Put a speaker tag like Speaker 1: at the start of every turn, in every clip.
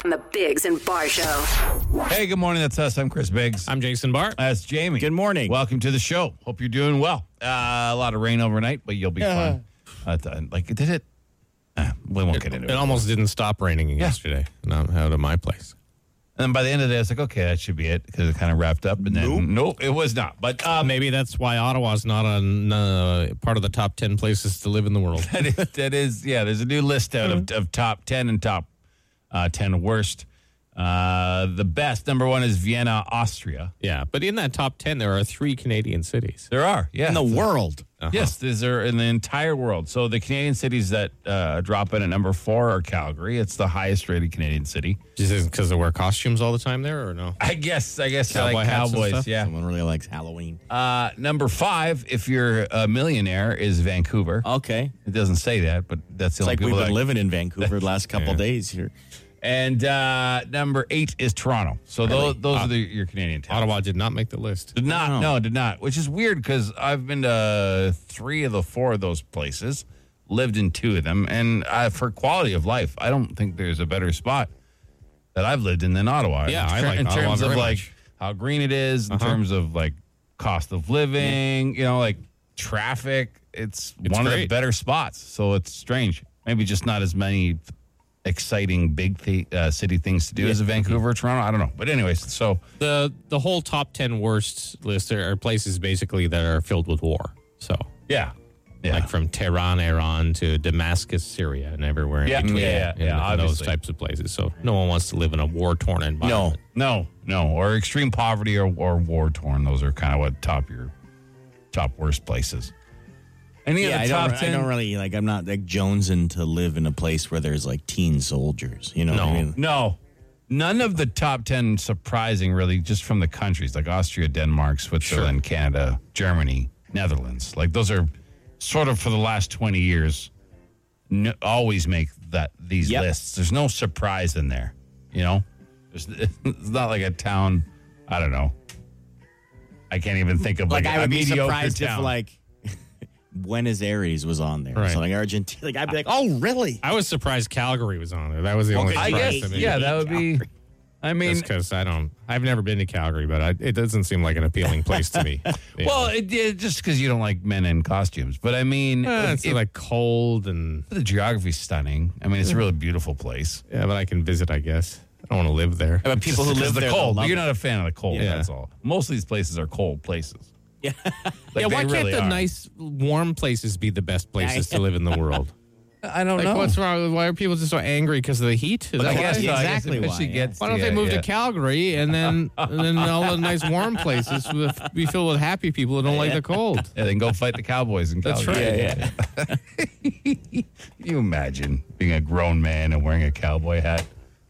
Speaker 1: from the Biggs and Bar Show.
Speaker 2: Hey, good morning. That's us. I'm Chris Biggs.
Speaker 3: I'm Jason Bart.
Speaker 2: That's Jamie.
Speaker 3: Good morning.
Speaker 2: Welcome to the show. Hope you're doing well. Uh, a lot of rain overnight, but you'll be
Speaker 3: Yeah.
Speaker 2: fine. Uh, th- like, did it? Uh, we won't get into it.
Speaker 3: It almost didn't stop raining yesterday. Not out of my place.
Speaker 2: And then by the end of the day, I was like, okay, that should be it because it kind of wrapped up. And then, nope, it was not. But um,
Speaker 3: Maybe that's why Ottawa's not on uh, part of the top ten places to live in the world.
Speaker 2: that, is, that is, yeah, there's a new list out
Speaker 3: Mm-hmm.
Speaker 2: of, of top 10 and top uh, 10 worst. Uh, the best, number one, is Vienna, Austria.
Speaker 3: yeah, but in that top ten, there are three Canadian cities. Uh-huh.
Speaker 2: There are, yeah.
Speaker 3: In the
Speaker 2: So-
Speaker 3: world.
Speaker 2: Yes, these are in the entire world. So the Canadian cities that uh, drop in at number four are Calgary. It's the highest rated Canadian city.
Speaker 3: because they wear costumes all the time there, or no?
Speaker 2: I guess. I guess they're like
Speaker 3: Cowboy hats and
Speaker 2: Cowboys.
Speaker 3: stuff?
Speaker 2: Yeah.
Speaker 4: Someone really likes Halloween.
Speaker 2: Uh, number five, if you're a millionaire, is Vancouver.
Speaker 4: Okay.
Speaker 2: It doesn't say that, but that's the
Speaker 4: Oh. It's
Speaker 2: only
Speaker 4: like we've
Speaker 2: people
Speaker 4: been
Speaker 2: that-
Speaker 4: living in Vancouver the last couple days here.
Speaker 2: And uh, number eight is Toronto. So those
Speaker 4: Uh,
Speaker 2: those are the, your Canadian towns.
Speaker 3: Ottawa did not make the list.
Speaker 2: Did not. No, did not. Which is weird because I've been to three of the four of those places, lived in two of them, and uh, for quality of life, I don't think there's a better spot that I've lived in than Ottawa.
Speaker 3: Yeah,
Speaker 2: in
Speaker 3: I like
Speaker 2: in
Speaker 3: Ottawa
Speaker 2: terms of
Speaker 3: very
Speaker 2: like
Speaker 3: much. Uh-huh.
Speaker 2: how green it is, in terms of like cost of living, you know, like traffic. It's, one of the
Speaker 3: great.
Speaker 2: better spots. So it's strange. Maybe just not as many exciting big thi- uh, city things to do as in Vancouver or Toronto. I don't know. But anyways, so.
Speaker 3: The the whole top ten worst list are are places basically that are filled with war. So
Speaker 2: Yeah. Yeah.
Speaker 3: like from Tehran, Iran to Damascus, Syria, and everywhere in
Speaker 2: Yeah,
Speaker 3: between.
Speaker 2: yeah, yeah,
Speaker 3: and,
Speaker 2: yeah,
Speaker 3: and those
Speaker 2: obviously.
Speaker 3: types of places. So no one wants to live in a war torn environment.
Speaker 2: No, no, or extreme poverty or, or war torn. Those are kind of what top your top worst places. Any
Speaker 4: Yeah,
Speaker 2: of
Speaker 4: I
Speaker 2: the
Speaker 4: don't,
Speaker 2: top
Speaker 4: re- I
Speaker 2: ten?
Speaker 4: don't really like. I'm not like jonesing to live in a place where there's like teen soldiers. You know what I mean?
Speaker 2: no, none of the top ten surprising really. Just from the countries like Austria, Denmark, Switzerland, Canada, Germany, Netherlands. Like those are sort of for the last twenty years. n always make that these
Speaker 4: Yep.
Speaker 2: lists. There's no surprise in there. You know, There's, it's not like a town. I don't know. I can't even think of like,
Speaker 4: Like I
Speaker 2: a
Speaker 4: would be
Speaker 2: mediocre
Speaker 4: surprised
Speaker 2: town.
Speaker 4: if like Buenos Aires was on there.
Speaker 3: Right.
Speaker 4: So like Argentina. Like I'd be like, oh really?
Speaker 3: I was surprised Calgary was on there. That was the only
Speaker 2: I
Speaker 3: surprise
Speaker 2: guess
Speaker 3: to me.
Speaker 2: yeah, that would be. I mean,
Speaker 3: because I don't. I've never been to Calgary, but I, it doesn't seem like an appealing place to me. Yeah.
Speaker 2: well, it, it, just because you don't like men in costumes, but I mean,
Speaker 3: Eh, it's
Speaker 2: if-
Speaker 3: like cold and
Speaker 2: the geography's stunning. I mean, it's a really beautiful place.
Speaker 3: yeah, but I can visit. I guess I don't want to live there.
Speaker 2: But
Speaker 4: people who live
Speaker 2: the
Speaker 4: there, they'll
Speaker 2: cold, but
Speaker 4: love
Speaker 2: you're
Speaker 4: it.
Speaker 2: not a fan of the cold.
Speaker 3: Yeah.
Speaker 2: That's all. Most of these places are cold places.
Speaker 4: Yeah.
Speaker 2: Like,
Speaker 3: yeah,
Speaker 2: they
Speaker 3: why can't
Speaker 2: really
Speaker 3: the
Speaker 2: are.
Speaker 3: nice, warm places be the best places to live in the world?
Speaker 2: I don't
Speaker 3: Like,
Speaker 2: know.
Speaker 3: what's wrong? with Why are people just so angry because of the heat? Is that
Speaker 2: I
Speaker 3: why?
Speaker 2: guess,
Speaker 4: Yeah,
Speaker 2: I guess
Speaker 4: exactly
Speaker 2: if
Speaker 4: why,
Speaker 2: she
Speaker 4: yeah.
Speaker 2: gets
Speaker 3: Why don't
Speaker 2: to
Speaker 3: they
Speaker 2: it,
Speaker 3: move
Speaker 2: yeah.
Speaker 3: to Calgary and then and then all the nice warm places will be filled with happy people who don't like the cold?
Speaker 2: and then go fight the Cowboys in
Speaker 3: That's
Speaker 2: Calgary.
Speaker 3: right.
Speaker 2: Can you imagine being a grown man and wearing a cowboy hat,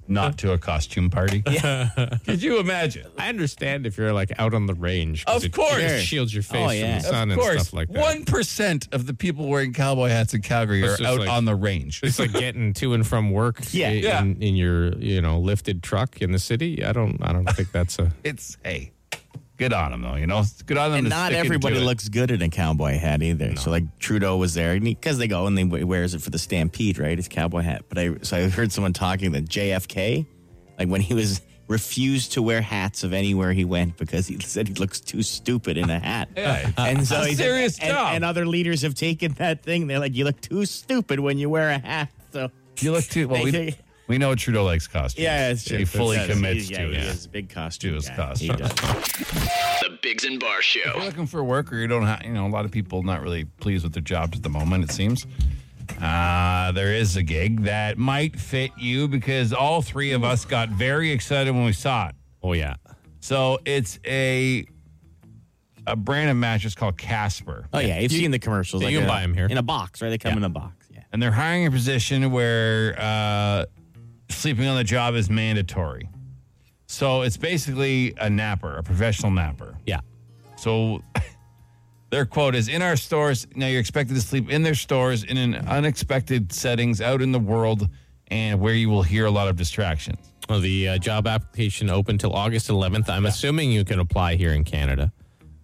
Speaker 2: not to a costume party? Yeah. Could you imagine?
Speaker 3: I understand if you're like out on the range. 'cause
Speaker 2: Of
Speaker 3: it-
Speaker 2: course.
Speaker 3: it shields your face
Speaker 4: Oh, yeah.
Speaker 3: from the sun
Speaker 2: of
Speaker 3: and
Speaker 2: course,
Speaker 3: stuff like that.
Speaker 2: one percent of the people wearing cowboy hats in Calgary
Speaker 3: It's
Speaker 2: are
Speaker 3: just
Speaker 2: out
Speaker 3: like-
Speaker 2: on the range.
Speaker 3: It's like getting to and from work.
Speaker 4: Yeah.
Speaker 3: i- in,
Speaker 2: Yeah.
Speaker 3: In, your you know lifted truck in the city. I don't I don't think that's a.
Speaker 2: It's hey, good on them though. You know, It's good on them.
Speaker 4: And
Speaker 2: to
Speaker 4: not
Speaker 2: stick it
Speaker 4: everybody
Speaker 2: to it.
Speaker 4: looks good in a cowboy hat either. So like Trudeau was there because they go and they w- wears it for the stampede, right? His cowboy hat. But I so I heard someone talking that JFK, like when he was refused to wear hats of anywhere he went because he said he looks too stupid in a hat.
Speaker 2: Yeah.
Speaker 4: And so
Speaker 2: It's a
Speaker 4: he said-
Speaker 2: serious
Speaker 4: and,
Speaker 2: job.
Speaker 4: and other leaders have taken that thing. They're like, you look too stupid when you wear a hat. So
Speaker 2: You look too. Well,
Speaker 4: They
Speaker 2: we,
Speaker 4: think-
Speaker 2: we know Trudeau likes costumes.
Speaker 4: yeah, it's true.
Speaker 2: He fully
Speaker 4: That's-
Speaker 2: commits
Speaker 4: yeah,
Speaker 2: to
Speaker 4: he
Speaker 2: it.
Speaker 4: is a big costume.
Speaker 2: To his
Speaker 4: guy.
Speaker 2: costume.
Speaker 4: He does.
Speaker 5: The Biggs and Bar
Speaker 2: If
Speaker 5: Show.
Speaker 2: you're looking for work, or you don't have, you know, a lot of people not really pleased with their jobs at the moment. It seems. Uh, there is a gig that might fit you because all three of us got very excited when we saw it.
Speaker 3: Oh yeah.
Speaker 2: So it's a a brand of mattress called Casper.
Speaker 4: Oh yeah, I've seen the commercials.
Speaker 3: you can
Speaker 4: in a-
Speaker 3: buy 'em here.
Speaker 4: in a box, right? They come in a box. Yeah.
Speaker 2: and they're hiring a position where uh, sleeping on the job is mandatory. So it's basically a napper, a professional napper.
Speaker 3: Yeah.
Speaker 2: So their quote is in our stores. Now you're expected to sleep in their stores in an unexpected settings out in the world and where you will hear a lot of distractions.
Speaker 3: Well, the uh, job application open till August 11th. I'm assuming you can apply here in Canada.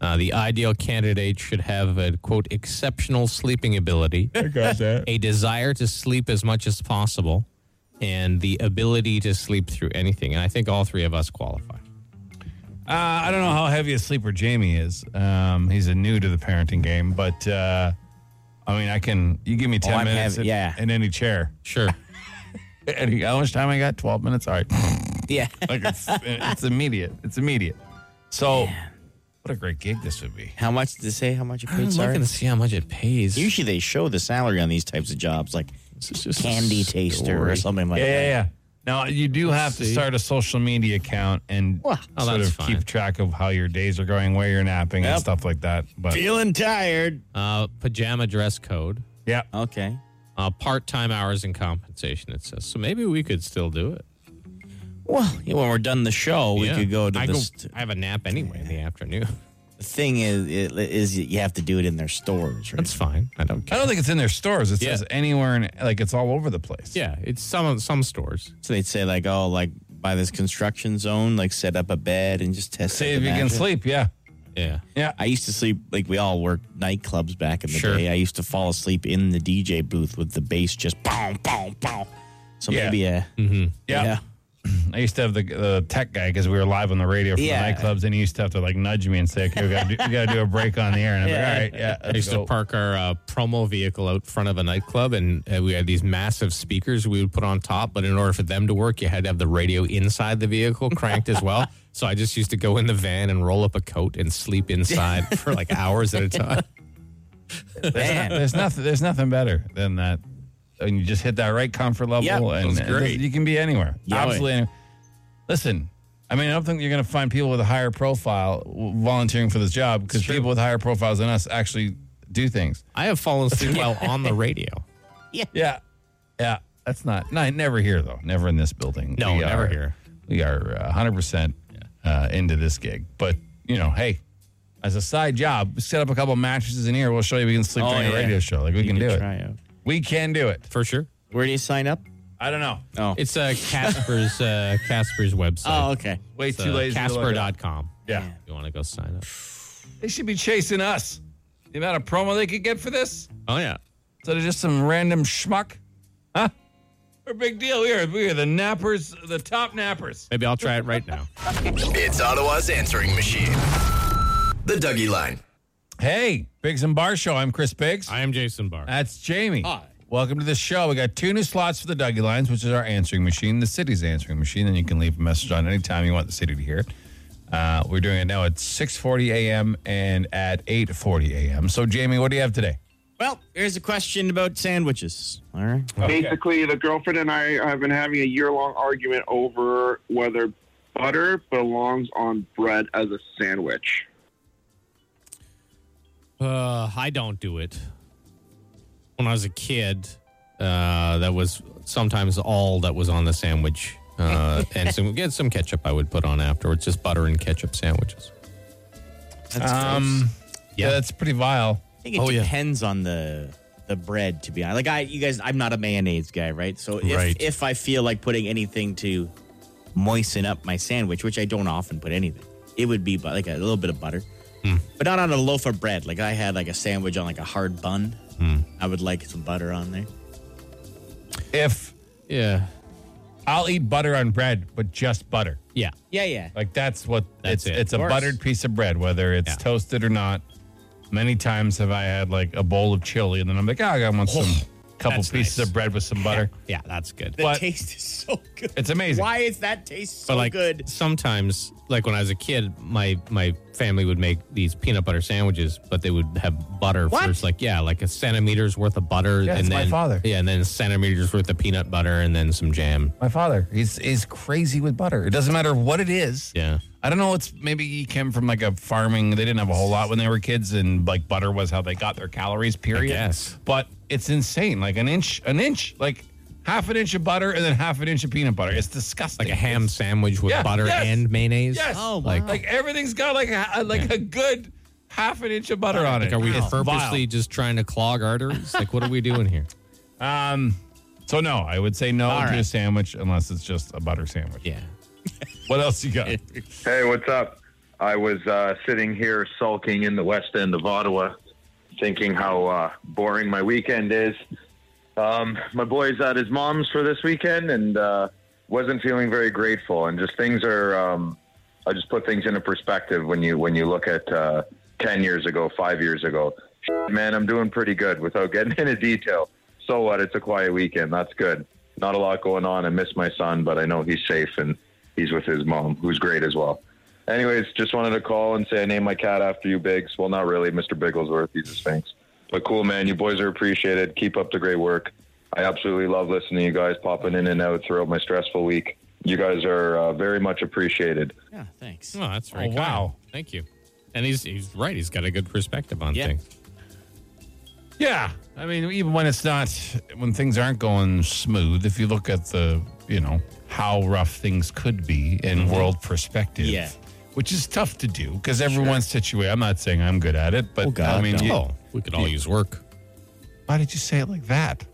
Speaker 3: Uh, the ideal candidate should have a quote exceptional sleeping ability,
Speaker 2: I got that.
Speaker 3: a desire to sleep as much as possible, and the ability to sleep through anything. And I think all three of us qualify.
Speaker 2: Uh, I don't know how heavy a sleeper Jamie is. Um, he's a new to the parenting game, but uh, I mean, I can. You give me ten
Speaker 4: I'm
Speaker 2: minutes,
Speaker 4: heavy,
Speaker 2: in-
Speaker 4: yeah.
Speaker 2: in any chair.
Speaker 3: Sure.
Speaker 2: Any, how much time I got? Twelve minutes. All right.
Speaker 4: Yeah.
Speaker 2: Like it's, it's immediate. It's immediate. So, what a great gig this would be.
Speaker 4: How much did they say? How much you
Speaker 3: I'm
Speaker 4: paid? Sorry.
Speaker 3: looking to see how much it pays.
Speaker 4: Usually they show the salary on these types of jobs, like
Speaker 3: just a
Speaker 4: candy taster or
Speaker 3: story.
Speaker 4: something like
Speaker 2: Yeah, yeah,
Speaker 4: that.
Speaker 2: yeah. Now you do have to
Speaker 3: see.
Speaker 2: start a social media account and
Speaker 4: Well,
Speaker 3: oh,
Speaker 2: sort
Speaker 3: that's
Speaker 2: of
Speaker 3: fine.
Speaker 2: keep track of how your days are going, where you're napping, and
Speaker 4: Yep.
Speaker 2: stuff like that. But
Speaker 4: Feeling tired.
Speaker 3: Uh, pajama dress code,
Speaker 2: yeah,
Speaker 4: Okay.
Speaker 3: uh, part time hours and compensation, it says. So maybe we could still do it.
Speaker 4: Well, yeah, when we're done the show, we
Speaker 3: Yeah.
Speaker 4: could go to
Speaker 3: I
Speaker 4: the st-
Speaker 3: I have a nap anyway in the afternoon.
Speaker 4: the thing is, it, is you have to do it in their stores, right?
Speaker 3: That's fine. I don't
Speaker 2: I
Speaker 3: care.
Speaker 2: don't think it's in their stores. It
Speaker 3: Yeah.
Speaker 2: says anywhere, in, like it's all over the place.
Speaker 3: Yeah, it's some some stores.
Speaker 4: So they'd say like, oh, like by this construction zone, like set up a bed and just test.
Speaker 2: See
Speaker 4: out
Speaker 2: if
Speaker 4: the
Speaker 2: you can
Speaker 4: mattress.
Speaker 2: sleep. Yeah,
Speaker 3: Yeah.
Speaker 2: yeah.
Speaker 4: I used to sleep like we all worked nightclubs back in the
Speaker 3: Sure.
Speaker 4: day. I used to fall asleep in the DJ booth with the bass just boom, boom, boom. So
Speaker 2: Yeah.
Speaker 4: maybe a
Speaker 2: Yeah. I used to have the, the tech guy because we were live on the radio from
Speaker 4: Yeah.
Speaker 2: the nightclubs, and he used to have to like nudge me and say, "Okay, we got to do, we gotta do a break on the air." And I'm like, "All right, yeah."
Speaker 3: I
Speaker 2: let's
Speaker 3: used
Speaker 2: go."
Speaker 3: to park our uh, promo vehicle out front of a nightclub, and uh, we had these massive speakers we would put on top. But in order for them to work, you had to have the radio inside the vehicle cranked as well. So I just used to go in the van and roll up a coat and sleep inside for like hours at a time.
Speaker 4: Man.
Speaker 2: there's nothing there's nothing better than that and you just hit that right comfort level
Speaker 4: Yeah,
Speaker 2: and
Speaker 3: that's great.
Speaker 2: you can be anywhere
Speaker 4: Yeah.
Speaker 2: absolutely anywhere. listen i mean i don't think you're going to find people with a higher profile w- volunteering for this job because people with higher profiles than us actually do things
Speaker 3: I have fallen asleep while on the radio.
Speaker 2: yeah yeah that's not no, never here though never in this building
Speaker 3: No, never
Speaker 2: are-
Speaker 3: here.
Speaker 2: we are uh, 100% uh, into this gig but you know hey as a side job set up a couple mattresses in here we'll show you we can sleep
Speaker 4: Oh,
Speaker 2: during a
Speaker 4: yeah.
Speaker 2: radio show like we can, do
Speaker 4: try
Speaker 2: it
Speaker 4: out.
Speaker 2: we can do it
Speaker 3: For sure.
Speaker 4: Where do you sign up?
Speaker 2: I don't know.
Speaker 4: Oh,
Speaker 3: It's uh, Casper's uh, Casper's website.
Speaker 4: oh, okay.
Speaker 2: Way
Speaker 3: It's,
Speaker 2: too
Speaker 3: uh,
Speaker 2: lazy. to look it up.
Speaker 3: Casper.com.
Speaker 2: Yeah.
Speaker 3: You want to go sign up?
Speaker 2: They should be chasing us. The amount of promo they could get for this
Speaker 3: Oh, yeah.
Speaker 2: instead of just some random schmuck. Huh? We're a big deal. We are, we are the nappers, the top nappers.
Speaker 3: Maybe I'll try it right now.
Speaker 5: It's Ottawa's answering machine. The Dougie Line.
Speaker 2: Hey, Biggs and Bar Show. I'm Chris Biggs.
Speaker 3: I am Jason Barr.
Speaker 2: That's Jamie.
Speaker 3: Hi.
Speaker 2: Welcome to the show. We got two new slots for the Dougie Lines, which is our answering machine, the city's answering machine, and you can leave a message on any time you want the city to hear it. Uh, we're doing it now at 6:40 a.m. and at 8:40 a.m. So, Jamie, what do you have today?
Speaker 4: Well, here's a question about sandwiches. All right.
Speaker 6: Basically, the girlfriend and I have been having a year long argument over whether butter belongs on bread as a sandwich.
Speaker 3: Uh, I don't do it. When I was a kid, uh, that was sometimes all that was on the sandwich, uh, and some get some ketchup I would put on afterwards, just butter and ketchup sandwiches.
Speaker 4: That's
Speaker 2: Um, yeah,
Speaker 3: Yeah.
Speaker 2: that's pretty vile.
Speaker 4: I think it
Speaker 3: Oh, yeah.
Speaker 4: depends on the the bread. To be honest, like I, you guys, I'm not a mayonnaise guy, right? So if
Speaker 3: Right.
Speaker 4: if I feel like putting anything to moisten up my sandwich, which I don't often put anything, it would be bu- like a little bit of butter, but not on a loaf of bread. Like I had like a sandwich on like a hard bun, I would like some butter on there.
Speaker 2: If
Speaker 3: Yeah,
Speaker 2: I'll eat butter on bread, but just butter.
Speaker 3: yeah,
Speaker 4: Yeah, yeah.
Speaker 2: Like that's what
Speaker 3: That's
Speaker 2: it's
Speaker 3: it.
Speaker 2: it's a
Speaker 3: Of course.
Speaker 2: buttered piece of bread, whether it's
Speaker 3: Yeah.
Speaker 2: toasted or not. Many times have I had like a bowl of chili and then I'm like, oh, I want some couple
Speaker 3: that's
Speaker 2: pieces
Speaker 3: nice.
Speaker 2: of bread with some butter.
Speaker 3: yeah. That's good.
Speaker 4: the
Speaker 2: but-
Speaker 4: taste is so good.
Speaker 2: It's amazing.
Speaker 4: Why is that taste so
Speaker 3: but like
Speaker 4: good?
Speaker 3: sometimes, like when I was a kid, my my family would make these peanut butter sandwiches, but they would have butter
Speaker 4: What?
Speaker 3: first, like yeah, like a centimeter's worth of butter,
Speaker 2: Yeah,
Speaker 3: and
Speaker 2: it's my
Speaker 3: then
Speaker 2: father.
Speaker 3: yeah, and then centimeters worth of peanut butter, and then some jam.
Speaker 2: My father, he's is crazy with butter. It doesn't matter what it is.
Speaker 3: Yeah.
Speaker 2: I don't know. It's maybe he came from like a farming. They didn't have a whole lot when they were kids, and like butter was how they got their calories. Period.
Speaker 3: guess.
Speaker 2: But it's insane. Like an inch, an inch, like half an inch of butter, and then half an inch of peanut butter. It's disgusting.
Speaker 3: Like a ham sandwich with
Speaker 2: Yeah,
Speaker 3: butter
Speaker 2: yes.
Speaker 3: and mayonnaise.
Speaker 2: Yes.
Speaker 3: Oh, like,
Speaker 2: Like everything's got like a, a- like a good half an inch of butter on
Speaker 3: like
Speaker 2: it.
Speaker 3: are we
Speaker 2: Wow.
Speaker 3: purposely just trying to clog arteries? Like, what are we doing here?
Speaker 2: Vile. So no, I would say no
Speaker 4: All
Speaker 2: to a
Speaker 4: right.
Speaker 2: sandwich unless it's just a butter sandwich.
Speaker 3: Yeah.
Speaker 2: What else you got?
Speaker 7: Hey, what's up? I was uh, sitting here sulking in the west end of Ottawa, thinking how uh, boring my weekend is. Um, my boy's at his mom's for this weekend and uh, wasn't feeling very grateful. And just things are, um, I just put things into perspective when you when you look at uh, ten years ago, five years ago. Shit, man, I'm doing pretty good without getting into detail. So what? It's a quiet weekend. That's good. Not a lot going on. I miss my son, but I know he's safe and he's with his mom, who's great as well. Anyways, just wanted to call and say I named my cat after you, Biggs. Well, not really, Mr. Bigglesworth. He's a sphinx. But cool, man. You boys are appreciated. Keep up the great work. I absolutely love listening to you guys popping in and out throughout my stressful week. You guys are uh, very much appreciated.
Speaker 4: Yeah, thanks.
Speaker 3: Oh, that's very
Speaker 2: Oh, wow.
Speaker 3: kind. Thank you. And he's he's right. He's got a good perspective on
Speaker 4: Yeah.
Speaker 3: things.
Speaker 2: Yeah. I mean, even when it's not, when things aren't going smooth, if you look at the, you know, how rough things could be in world perspective,
Speaker 4: Mm-hmm. Yeah.
Speaker 2: which is tough to do because everyone's situation. I'm not saying I'm good at it, but
Speaker 4: Oh, God,
Speaker 2: I mean,
Speaker 4: no.
Speaker 2: you-
Speaker 3: Oh, we could all use work.
Speaker 2: why did you say it like that?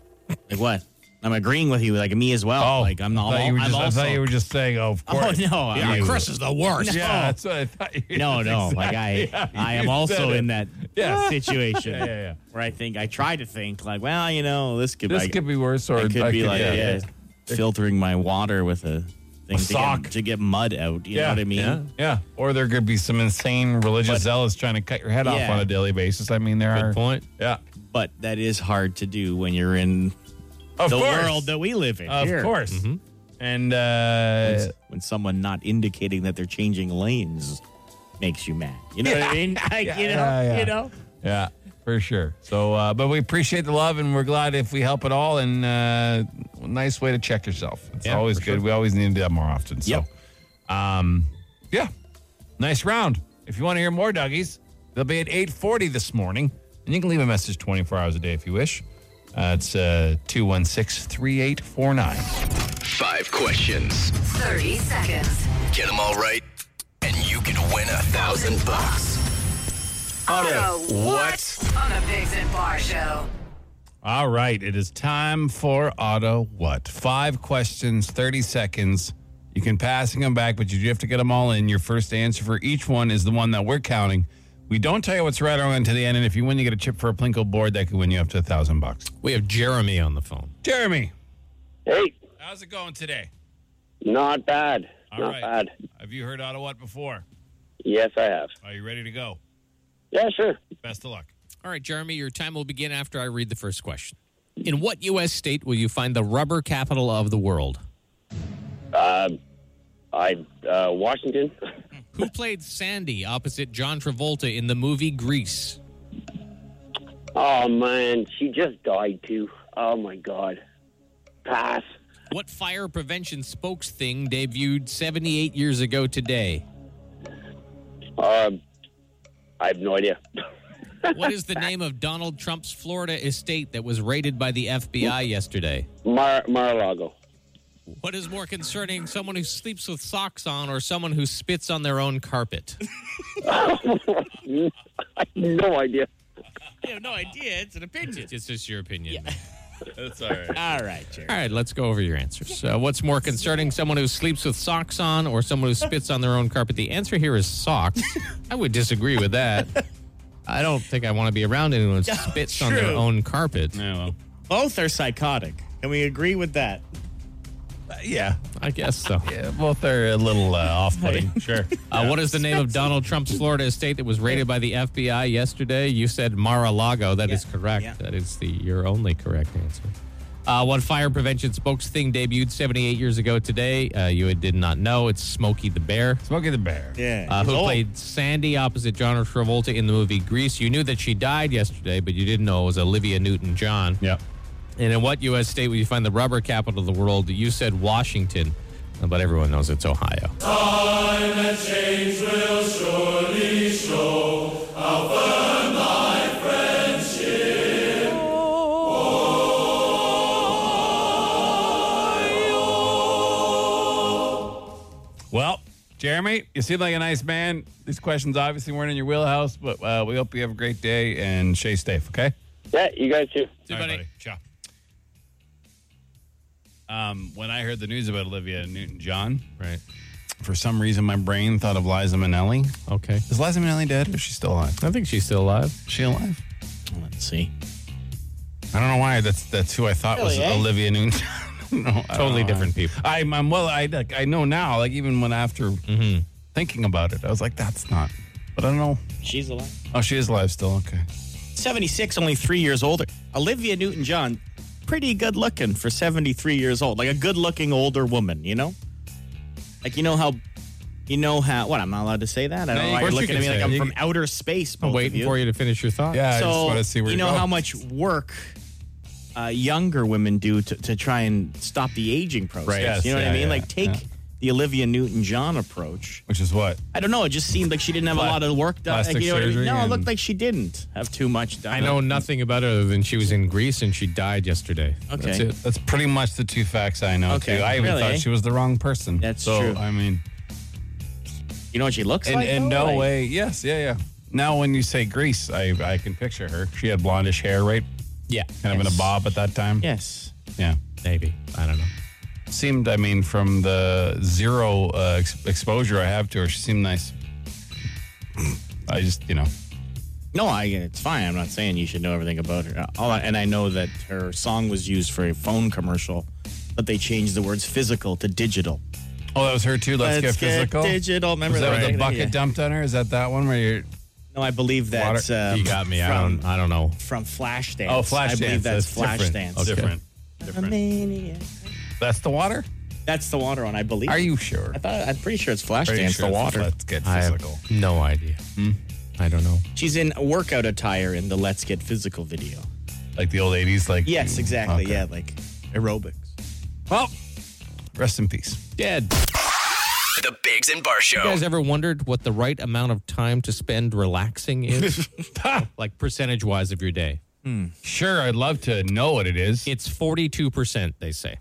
Speaker 4: Like what? I'm agreeing with you. Like me as well. like I'm
Speaker 2: Oh, I thought you
Speaker 4: not. I'm
Speaker 2: were just, I
Speaker 4: also.
Speaker 2: thought you were just saying, oh, of
Speaker 4: oh
Speaker 2: course.
Speaker 4: no.
Speaker 2: Yeah,
Speaker 4: I'm-
Speaker 2: Chris
Speaker 3: is the worst.
Speaker 2: Yeah, that's what I thought. You
Speaker 4: No, no. Like I, I am
Speaker 2: you
Speaker 4: also
Speaker 2: said it.
Speaker 4: in that
Speaker 2: Yeah.
Speaker 4: situation
Speaker 2: Yeah, yeah, yeah.
Speaker 4: where I think I try to think like, well, you know, this could
Speaker 2: This
Speaker 4: like,
Speaker 2: could be worse, or
Speaker 4: it could
Speaker 2: I
Speaker 4: be like, yeah,
Speaker 2: yeah,
Speaker 4: filtering my water with a thing to,
Speaker 2: sock.
Speaker 4: Get, to get mud out. You
Speaker 2: Yeah,
Speaker 4: know what I mean?
Speaker 3: yeah.
Speaker 2: yeah. Or there could be some insane religious zealots trying to cut your head off
Speaker 4: Yeah.
Speaker 2: on a daily basis. I mean, there are.
Speaker 3: Good point.
Speaker 2: Yeah,
Speaker 4: But that is hard to do when you're in
Speaker 2: of
Speaker 4: the
Speaker 2: course.
Speaker 4: world that we live in.
Speaker 2: Of
Speaker 4: here.
Speaker 2: course. And uh,
Speaker 4: when someone not indicating that they're changing lanes makes you mad. You know what I mean? Like, you know,
Speaker 2: yeah, yeah.
Speaker 4: you know.
Speaker 2: yeah, for sure. So, uh, but we appreciate the love, and we're glad if we help at all. And uh, nice way to check yourself. It's
Speaker 3: Yeah,
Speaker 2: always
Speaker 3: for
Speaker 2: good.
Speaker 3: sure.
Speaker 2: We always need to do that more often. So,
Speaker 4: Yep.
Speaker 2: um, yeah, nice round. If you want to hear more Dougies, they'll be at eight forty this morning, and you can leave a message twenty four hours a day if you wish. Uh, it's 216 3849.
Speaker 5: Five questions.
Speaker 1: 30 seconds.
Speaker 5: Get them all right, and you can win a thousand bucks.
Speaker 1: Auto what? On the Bigs and Bar Show.
Speaker 2: All right, it is time for auto what? Five questions, 30 seconds. You can passing them back, but you do have to get them all in. Your first answer for each one is the one that we're counting. We don't tell you what's right or wrong until the end, and if you win, you get a chip for a Plinko board that could win you up to a thousand bucks.
Speaker 3: We have Jeremy on the phone.
Speaker 2: Jeremy,
Speaker 8: Hey,
Speaker 2: how's it going today?
Speaker 8: not bad.
Speaker 2: All
Speaker 8: not
Speaker 2: right.
Speaker 8: bad.
Speaker 2: Have you heard auto what before?
Speaker 8: Yes, I have.
Speaker 2: Are you ready to go?
Speaker 8: Yeah, sure.
Speaker 2: Best of luck.
Speaker 3: All right, Jeremy, your time will begin after I read the first question. In what U.S. state will you find the rubber capital of the world?
Speaker 8: I uh, Washington,
Speaker 3: Who played Sandy opposite John Travolta in the movie Grease?
Speaker 8: Oh man, she just died too. Oh my god. Pass.
Speaker 3: What fire prevention spokes thing debuted 78 years ago today?
Speaker 8: Um, I have no idea.
Speaker 3: What is the name of Donald Trump's Florida estate that was raided by the FBI yesterday?
Speaker 8: Mar Mar-a-Lago.
Speaker 3: What is more concerning, someone who sleeps with socks on or someone who spits on their own carpet?
Speaker 8: I have no idea.
Speaker 3: You have no idea. It's an opinion. It's just your opinion.
Speaker 2: That's all right.
Speaker 4: All right, Jerry.
Speaker 3: All right, let's go over your answers. Uh, what's more concerning, someone who sleeps with socks on or someone who spits on their own carpet? The answer here is socks. I would disagree with that. I don't think I want to be around anyone who spits on their
Speaker 4: True.
Speaker 3: own carpet.
Speaker 4: Both are psychotic. Can we agree with that?
Speaker 2: yeah.
Speaker 3: I guess so.
Speaker 2: yeah. Both are a little uh, off putting. sure.
Speaker 3: Uh, what is the name of Donald Trump's Florida estate that was raided by the FBI yesterday? You said Mar-a-Lago. That is correct.
Speaker 4: Yeah.
Speaker 3: That is the your only correct answer. Uh, what fire prevention spokes thing debuted 78 years ago today? Uh, you did not know. It's Smokey the Bear.
Speaker 2: Smokey the Bear.
Speaker 4: Yeah.
Speaker 3: Uh, who
Speaker 4: He's old.
Speaker 3: played Sandy opposite John Travolta in the movie Grease? You knew that she died yesterday, but you didn't know it was Olivia Newton-John.
Speaker 2: Yep.
Speaker 3: And in what U.S. state will you find the rubber capital of the world? You said Washington, but everyone knows it's Ohio.
Speaker 2: Well, Jeremy, you seem like a nice man. These questions obviously weren't in your wheelhouse, but uh, we hope you have a great day and stay safe, okay?
Speaker 8: Yeah, you guys too.
Speaker 3: All right, buddy.
Speaker 2: Ciao. Um, when I heard the news about Olivia Newton John,
Speaker 3: Right.
Speaker 2: for some reason my brain thought of Liza Minnelli.
Speaker 3: Okay.
Speaker 2: Is Liza Minnelli dead or is she still alive?
Speaker 3: I think she's still alive.
Speaker 2: Is she alive?
Speaker 4: Let's see.
Speaker 2: I don't know why. That's that's who I thought was
Speaker 4: Really, eh?
Speaker 2: Olivia Newton. no,
Speaker 3: Totally different people.
Speaker 2: I'm, I'm well. I like, I know now. Like even when after
Speaker 3: Mm-hmm.
Speaker 2: thinking about it, I was like, that's not. But I don't know.
Speaker 4: She's alive.
Speaker 2: Oh, she is alive still. Okay.
Speaker 4: 76, only three years older. Olivia Newton John, pretty good looking for 73 years old. Like a good looking older woman, you know? Like, you know how. You know how. What? I'm not allowed to say that?
Speaker 2: No,
Speaker 4: I don't
Speaker 2: of
Speaker 4: know why
Speaker 2: course
Speaker 4: you're
Speaker 2: you can
Speaker 4: looking at me
Speaker 2: say
Speaker 4: like
Speaker 2: it.
Speaker 4: I'm
Speaker 2: You
Speaker 4: from
Speaker 2: can-
Speaker 4: outer space. both
Speaker 3: I'm
Speaker 4: of
Speaker 3: waiting for you to finish your thought.
Speaker 2: Yeah, I
Speaker 4: so,
Speaker 2: just want to see where
Speaker 4: you
Speaker 2: you
Speaker 4: know
Speaker 2: go.
Speaker 4: how much work uh, younger women do to, to try and stop the aging process.
Speaker 2: Right. Yes,
Speaker 4: you know what
Speaker 2: yeah,
Speaker 4: I mean?
Speaker 2: yeah,
Speaker 4: like, take
Speaker 2: yeah.
Speaker 4: the Olivia Newton John approach.
Speaker 2: Which is what?
Speaker 4: I don't know. It just seemed like she didn't have a lot of work done.
Speaker 2: Plastic
Speaker 4: like, you know what I mean?
Speaker 2: surgery
Speaker 4: No, it
Speaker 2: and-
Speaker 4: looked like she didn't have too much done.
Speaker 3: I know nothing about her other than she was in Greece and she died yesterday.
Speaker 4: Okay.
Speaker 3: That's it.
Speaker 2: That's pretty much the two facts I know.
Speaker 4: Okay,
Speaker 2: too. I even
Speaker 4: really, eh?
Speaker 2: thought she was the wrong person.
Speaker 4: That's
Speaker 2: so,
Speaker 4: true.
Speaker 2: I mean,
Speaker 4: You know what she looks
Speaker 2: in,
Speaker 4: like?
Speaker 2: in no
Speaker 4: though? Like-
Speaker 2: way. Yes. Yeah. Yeah. Now, when you say Greece, I I can picture her. She had blondish hair, right?
Speaker 3: Yeah.
Speaker 2: Kind of in
Speaker 4: Yes.
Speaker 2: a bob at that time.
Speaker 4: Yes.
Speaker 2: Yeah.
Speaker 3: Maybe. I don't know.
Speaker 2: Seemed. I mean, from the zero uh, ex- exposure I have to her, she seemed nice. I just, you know,
Speaker 4: No, I, it's fine. I'm not saying you should know everything about her. Uh, All I, and I know that her song was used for a phone commercial, but they changed the words physical to digital.
Speaker 2: oh, that was her too. Let's, get physical.
Speaker 4: digital. Remember
Speaker 2: Is that
Speaker 4: that?
Speaker 2: with the bucket dumped on her? Is that that one where you're?
Speaker 4: No, I believe that's
Speaker 2: Water-
Speaker 4: uh,
Speaker 3: You got me. I
Speaker 4: From,
Speaker 3: don't. I don't know.
Speaker 4: from Flashdance.
Speaker 2: Oh, Flashdance.
Speaker 4: I believe that's,
Speaker 2: That's different.
Speaker 4: Flashdance.
Speaker 2: Okay. Different.
Speaker 4: I'm a maniac.
Speaker 2: That's the water.
Speaker 4: That's the water one. I believe.
Speaker 2: Are you sure?
Speaker 4: I thought I'm pretty sure it's
Speaker 2: Pretty
Speaker 4: Flashdance.
Speaker 2: sure it's
Speaker 4: the water.
Speaker 2: Let's get
Speaker 3: I have
Speaker 2: physical. Hmm?
Speaker 3: no idea. I don't know.
Speaker 4: She's in workout attire in the Let's Get Physical video.
Speaker 2: Like the old 80s, like
Speaker 4: Yes, exactly.
Speaker 2: Okay.
Speaker 4: Yeah, like aerobics.
Speaker 2: Well, rest in peace.
Speaker 3: Dead.
Speaker 5: The Bigs and Bar
Speaker 3: You
Speaker 5: Show.
Speaker 3: guys ever wondered what the right amount of time to spend relaxing is? like percentage wise of your day.
Speaker 2: Sure, I'd love to know what it is
Speaker 3: It's 42%, they say.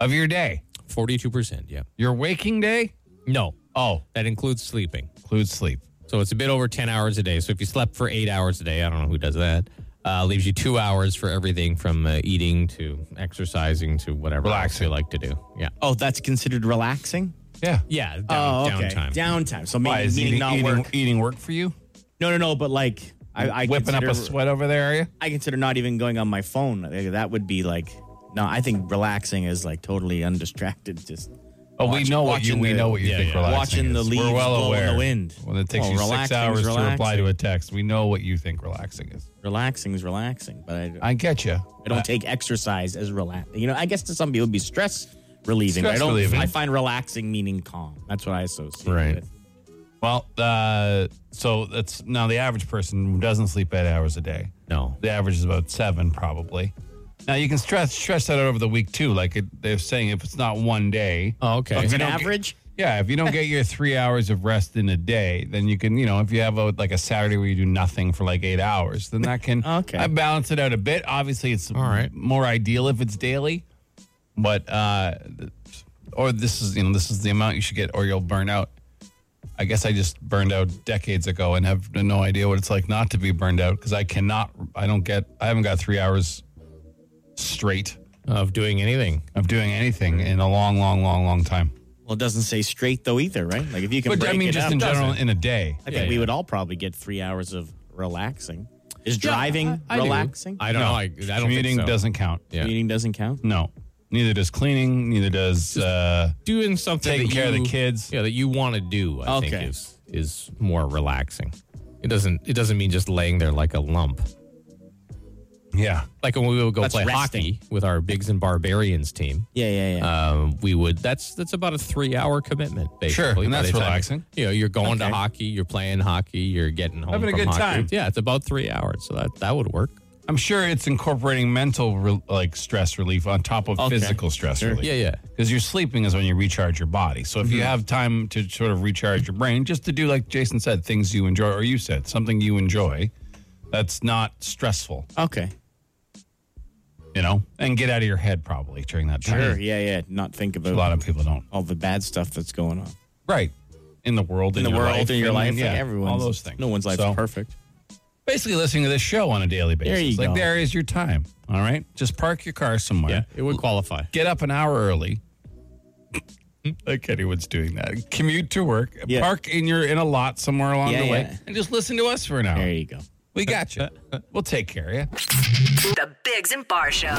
Speaker 2: of your day.
Speaker 3: 42%, yeah.
Speaker 2: Your waking day
Speaker 3: No.
Speaker 2: Oh.
Speaker 3: That includes sleeping.
Speaker 2: includes sleep.
Speaker 3: So it's a bit over 10 hours a day. So if you slept for eight hours a day, I don't know who does that, uh, leaves you two hours for everything from uh, eating to exercising to whatever else you
Speaker 2: Relaxing.
Speaker 3: like to do. Yeah.
Speaker 4: Oh, that's considered relaxing.
Speaker 2: Yeah.
Speaker 3: Yeah. Down,
Speaker 4: Oh,
Speaker 3: Downtime.
Speaker 4: Downtime. So
Speaker 2: Why
Speaker 4: maybe
Speaker 2: is
Speaker 4: meaning
Speaker 2: eating,
Speaker 4: not
Speaker 2: eating,
Speaker 4: work.
Speaker 2: eating work for you?
Speaker 4: No, no, no. But like, I, I
Speaker 2: Whipping
Speaker 4: consider,
Speaker 2: up a sweat over there, are you?
Speaker 4: I consider not even going on my phone. Like, That would be like, no. I think relaxing is like totally undistracted. Just
Speaker 2: Oh, we
Speaker 4: Watch-
Speaker 2: know what you
Speaker 4: watching
Speaker 2: we
Speaker 4: the-
Speaker 2: know what you
Speaker 3: yeah,
Speaker 2: think
Speaker 3: yeah.
Speaker 2: relaxing
Speaker 4: Watching the
Speaker 2: is.
Speaker 4: leaves
Speaker 2: We're well
Speaker 4: blow in
Speaker 2: aware.
Speaker 4: the wind.
Speaker 2: When it takes
Speaker 4: Oh,
Speaker 2: you six
Speaker 4: relaxing's
Speaker 2: hours to reply
Speaker 4: relaxing.
Speaker 2: to a text, we know what you think relaxing is.
Speaker 4: relaxing is relaxing, but I, I,
Speaker 2: I get you.
Speaker 4: don't take exercise as relax. You know, I guess to some people, it'd be stress relieving. but I
Speaker 2: Stress
Speaker 4: don't.
Speaker 2: relieving.
Speaker 4: I find relaxing meaning calm. That's what I associate.
Speaker 3: Right.
Speaker 4: With.
Speaker 2: Well, uh, so that's now the average person doesn't sleep eight hours a day.
Speaker 3: No.
Speaker 2: The average is about seven, probably. Now you can stress stress that out over the week too. Like it, they're saying, if it's not one day,
Speaker 3: Oh, okay.
Speaker 4: It's
Speaker 2: you
Speaker 4: an
Speaker 2: don't get-
Speaker 4: average.
Speaker 2: yeah, if you don't get your three hours of rest in a day, then you can, you know, if you have a, like a Saturday where you do nothing for like eight hours, then that can
Speaker 4: Okay.
Speaker 2: I balance it out a bit. Obviously, it's
Speaker 3: All right.
Speaker 2: more ideal if it's daily, but uh, or this is you know this is the amount you should get, or you'll burn out. I guess I just burned out decades ago and have no idea what it's like not to be burned out because I cannot, I don't get, I haven't got three hours straight
Speaker 3: Of doing anything.
Speaker 2: of doing anything in a long, long, long, long time.
Speaker 4: Well, it doesn't say straight though either, right? Like if you can
Speaker 2: But I
Speaker 4: break
Speaker 2: mean,
Speaker 4: it
Speaker 2: just
Speaker 4: up,
Speaker 2: in
Speaker 4: doesn't
Speaker 2: general,
Speaker 4: it?
Speaker 2: in a day.
Speaker 4: I think we would all probably get three hours of relaxing. Is driving
Speaker 3: I do.
Speaker 4: relaxing?
Speaker 3: I don't know. I, I don't
Speaker 2: Commuting
Speaker 3: think so.
Speaker 2: doesn't count.
Speaker 3: yeah.
Speaker 4: Meeting doesn't count.
Speaker 2: No. Neither does cleaning. Neither does uh,
Speaker 3: Doing something
Speaker 2: taking
Speaker 3: that
Speaker 2: care of
Speaker 3: you-
Speaker 2: the kids.
Speaker 3: Yeah, that you want to do, I
Speaker 4: Okay.
Speaker 3: think is is more relaxing. It doesn't it doesn't mean just laying there like a lump.
Speaker 2: Yeah.
Speaker 3: Like when we would go
Speaker 4: That's
Speaker 3: play
Speaker 4: resting.
Speaker 3: hockey with our Bigs and Barbarians team.
Speaker 4: Yeah, yeah, yeah.
Speaker 3: Um, we would that's that's about a three hour commitment basically.
Speaker 2: Sure, and
Speaker 3: By
Speaker 2: that's
Speaker 3: the time-
Speaker 2: relaxing.
Speaker 3: You know, you're going to hockey, you're playing hockey, you're getting home.
Speaker 2: Having a
Speaker 3: from
Speaker 2: good
Speaker 3: hockey.
Speaker 2: time.
Speaker 3: Yeah, it's about three hours. So that, that would work.
Speaker 2: I'm sure it's incorporating mental re- like stress relief on top of physical stress relief.
Speaker 3: Yeah, yeah.
Speaker 2: Because your sleeping is when you recharge your body. So if
Speaker 4: Mm-hmm.
Speaker 2: you have time to sort of recharge your brain, just to do like Jason said, things you enjoy, or you said something you enjoy, that's not stressful,
Speaker 4: okay.
Speaker 2: you know, and get out of your head probably during that time.
Speaker 4: Sure. Yeah, yeah. Not think about
Speaker 2: A lot of people don't.
Speaker 4: all the bad stuff that's going on
Speaker 2: Right. In the world,
Speaker 4: in the
Speaker 2: your
Speaker 4: world,
Speaker 2: life,
Speaker 4: in your
Speaker 2: and-
Speaker 4: life.
Speaker 2: yeah,
Speaker 4: like everyone's,
Speaker 2: all those things.
Speaker 4: No one's life
Speaker 2: So-
Speaker 4: is perfect.
Speaker 2: basically listening to this show on a daily basis.
Speaker 4: There you
Speaker 2: like
Speaker 4: go.
Speaker 2: there is your time. All right. Just park your car somewhere.
Speaker 3: Yeah. It would qualify.
Speaker 2: Get up an hour early. like anyone's doing that. Commute to work.
Speaker 4: Yeah.
Speaker 2: Park in your in a lot somewhere along
Speaker 4: Yeah,
Speaker 2: the way.
Speaker 4: yeah.
Speaker 2: And just listen to us for an hour.
Speaker 4: There you go.
Speaker 2: We got you. We'll take care of you.
Speaker 1: The Bigs and Bar Show.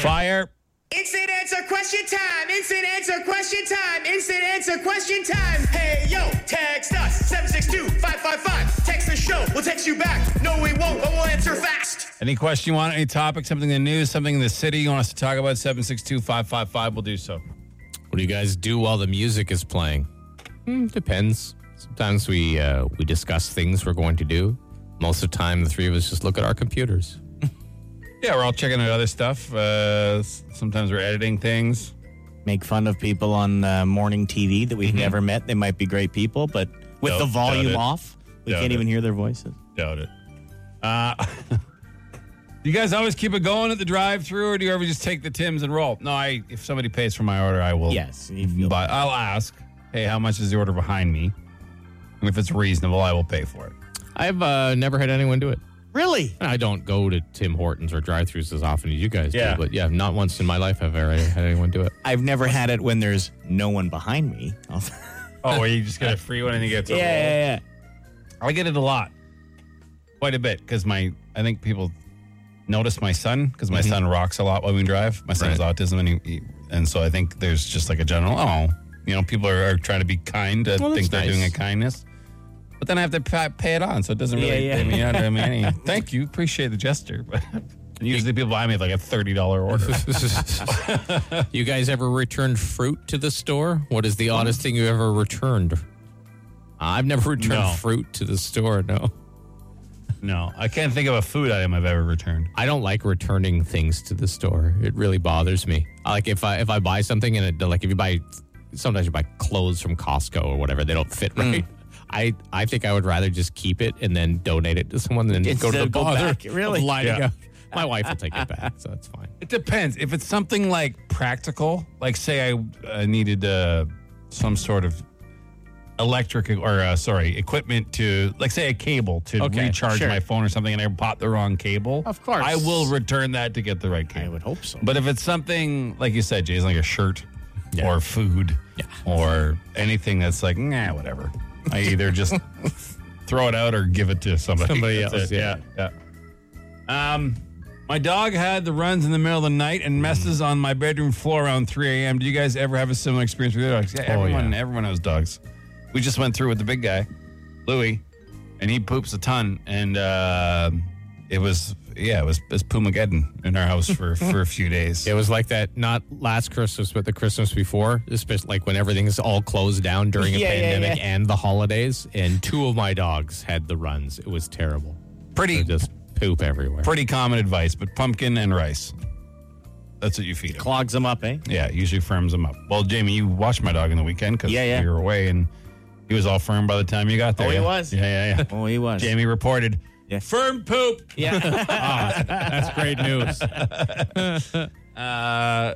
Speaker 2: Fire.
Speaker 9: Instant answer question time. Instant answer question time. Instant answer question time. Hey, yo, text us 762 555. Text the show. We'll text you back. No, we won't, but we'll answer fast.
Speaker 2: Any question you want, any topic, something in the news, something in the city you want us to talk about, 762 555, we'll do so.
Speaker 3: What do you guys do while the music is playing? Hmm, depends. Sometimes we uh, we discuss things we're going to do. Most of the time, the three of us just look at our computers.
Speaker 2: Yeah, we're all checking out other stuff. Uh, s- sometimes we're editing things.
Speaker 4: Make fun of people on uh, morning TV that we've never met. They might be great people, but with
Speaker 2: Mm-hmm. Doubt-
Speaker 4: the
Speaker 2: doubt
Speaker 4: volume
Speaker 2: it.
Speaker 4: off, we
Speaker 2: Doubt
Speaker 4: can't
Speaker 2: it.
Speaker 4: even hear their voices.
Speaker 2: Doubt it. Uh, you guys always keep it going at the drive-through, or do you ever just take the Tim's and roll? No, I. If somebody pays for my order, I will.
Speaker 4: Yes, you feel-
Speaker 2: but I'll ask. Hey, how much is the order behind me? And if it's reasonable, I will pay for it.
Speaker 3: I've uh, never had anyone do it.
Speaker 4: really?
Speaker 3: I don't go to Tim Hortons or drive-throughs as often as you guys
Speaker 2: Yeah.
Speaker 3: do, but yeah, not once in my life have I ever had anyone do it.
Speaker 4: I've never had it when there's no one behind me. I'll-
Speaker 2: Oh, you just get a free one and you get
Speaker 4: yeah, yeah, yeah.
Speaker 2: I get it a lot, quite a bit, because my I think people notice my son because my son rocks a lot when we drive. My son has autism, and he, he- and so I think there's just like a general oh, you know, people are, are trying to be kind, to
Speaker 3: Well,
Speaker 2: think
Speaker 3: that's
Speaker 2: they're
Speaker 3: nice.
Speaker 2: doing a kindness. But then I have to pa- pay it on, so it doesn't really
Speaker 4: Yeah, yeah.
Speaker 2: pay me out. I mean, any, thank you, appreciate the gesture. But usually people buy me like a thirty dollar order.
Speaker 3: you guys ever returned fruit to the store? What is the oddest thing you ever returned? Um, I've never returned
Speaker 2: No.
Speaker 3: fruit to the store. No,
Speaker 2: no, I can't think of a food item I've ever returned.
Speaker 3: I don't like returning things to the store. It really bothers me. I Like if I if I buy something and it like if you buy sometimes you buy clothes from Costco or whatever they don't fit right. I, I think I would rather just keep it and then donate it to someone than go
Speaker 4: Instead
Speaker 3: to the
Speaker 4: of go
Speaker 3: bother
Speaker 4: back,
Speaker 3: of
Speaker 4: really?
Speaker 3: lining
Speaker 2: Yeah.
Speaker 3: up. My wife will take it back, so it's fine.
Speaker 2: It depends. If it's something like practical, like say I uh, needed uh, some sort of electric or uh, sorry equipment to, like say a cable to
Speaker 3: Okay,
Speaker 2: recharge
Speaker 3: sure.
Speaker 2: my phone or something, and I bought the wrong cable.
Speaker 3: Of course.
Speaker 2: I will return that to get the right cable.
Speaker 4: I would hope so.
Speaker 2: But if it's something like you said, Jason, like a shirt or food or anything that's like nah, whatever, I either just throw it out or give it to somebody.
Speaker 3: Somebody
Speaker 2: That's
Speaker 3: else,
Speaker 2: it. yeah, yeah. Um, my dog had the runs in the middle of the night and messes on my bedroom floor around 3 a.m. Do you guys ever have a similar experience with your dogs? Yeah,
Speaker 3: Oh,
Speaker 2: everyone,
Speaker 3: yeah.
Speaker 2: everyone has dogs. We just went through with the big guy, Louis, and he poops a ton. And uh, it was, yeah, it was, it was Pumageddon in our house for, for a few days.
Speaker 3: It was like that, not last Christmas, but the Christmas before, especially like when everything's all closed down during a
Speaker 4: Yeah, yeah,
Speaker 3: pandemic
Speaker 4: yeah.
Speaker 3: and the holidays. And two of my dogs had the runs. It was terrible. They
Speaker 2: Pretty,
Speaker 3: just poop everywhere.
Speaker 2: pretty common advice, but pumpkin and rice. That's what you feed him.
Speaker 4: Clogs them up, eh?
Speaker 2: Yeah, it usually firms him up. Well, Jamie, you watched my dog in the weekend because
Speaker 4: Yeah, yeah.
Speaker 2: you were away and he was all firm by the time you got there.
Speaker 4: Oh, he
Speaker 2: yeah?
Speaker 4: was?
Speaker 2: Yeah, yeah, yeah.
Speaker 4: Oh, he was.
Speaker 2: Jamie reported
Speaker 4: Yeah.
Speaker 2: firm poop.
Speaker 4: Yeah.
Speaker 3: That's great news.
Speaker 2: Uh,